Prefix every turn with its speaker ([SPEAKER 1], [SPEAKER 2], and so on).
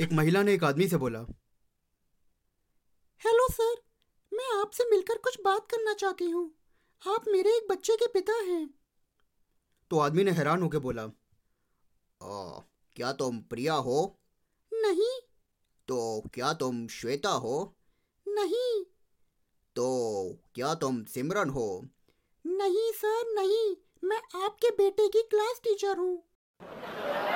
[SPEAKER 1] एक महिला ने एक आदमी से बोला
[SPEAKER 2] हेलो सर मैं आपसे मिलकर कुछ बात करना चाहती हूँ आप मेरे एक बच्चे के पिता हैं
[SPEAKER 1] तो आदमी ने हैरान होकर बोला आ, क्या तुम प्रिया हो
[SPEAKER 2] नहीं
[SPEAKER 1] तो क्या तुम श्वेता हो
[SPEAKER 2] नहीं
[SPEAKER 1] तो क्या तुम सिमरन हो
[SPEAKER 2] नहीं सर नहीं मैं आपके बेटे की क्लास टीचर हूँ